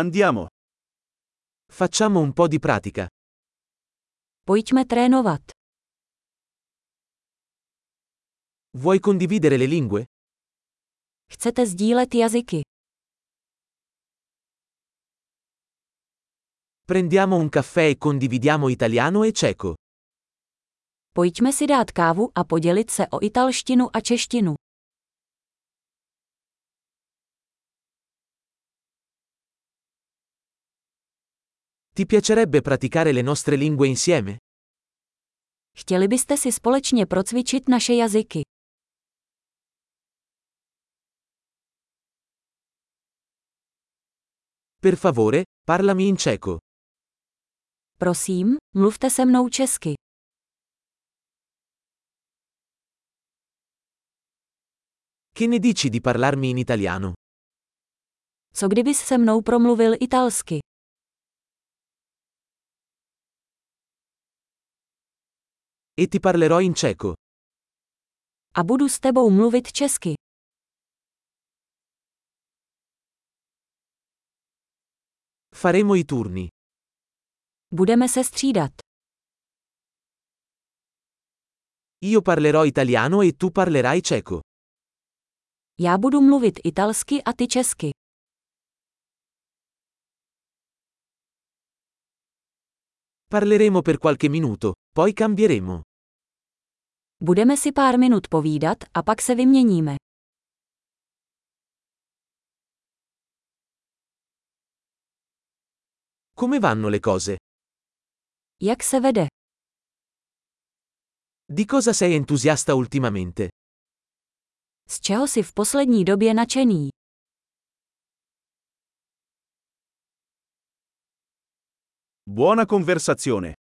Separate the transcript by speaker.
Speaker 1: Andiamo. Facciamo un po' di pratica.
Speaker 2: Pojďme trénovat.
Speaker 1: Vuoi condividere le lingue?
Speaker 2: Chcete sdílet jazyky?
Speaker 1: Prendiamo un caffè e condividiamo italiano e ceco.
Speaker 2: Pojďme si dát kávu a podělit se o italštinu a češtinu.
Speaker 1: Ti piacerebbe praticare le nostre lingue insieme?
Speaker 2: Chtěli byste si společně procvičit naše jazyky?
Speaker 1: Per favore, parlami in ceco.
Speaker 2: Prosím, mluvte se mnou česky.
Speaker 1: Che ne dici di parlarmi in italiano?
Speaker 2: Co kdybys se mnou promluvil italsky?
Speaker 1: E ti parlerò in ceco.
Speaker 2: A budu s tebou mluvit česky.
Speaker 1: Faremo i turni.
Speaker 2: Budeme se střídat.
Speaker 1: Io parlerò italiano e tu parlerai ceco.
Speaker 2: Já budu mluvit italsky a ty česky.
Speaker 1: Parleremo per qualche minuto, poi cambieremo.
Speaker 2: Budeme si pár minut povídat a pak se vyměníme.
Speaker 1: Come vanno le cose?
Speaker 2: Jak se vede?
Speaker 1: Di cosa sei entusiasta ultimamente?
Speaker 2: Z čeho si v poslední době nadšený?
Speaker 3: Buona conversazione.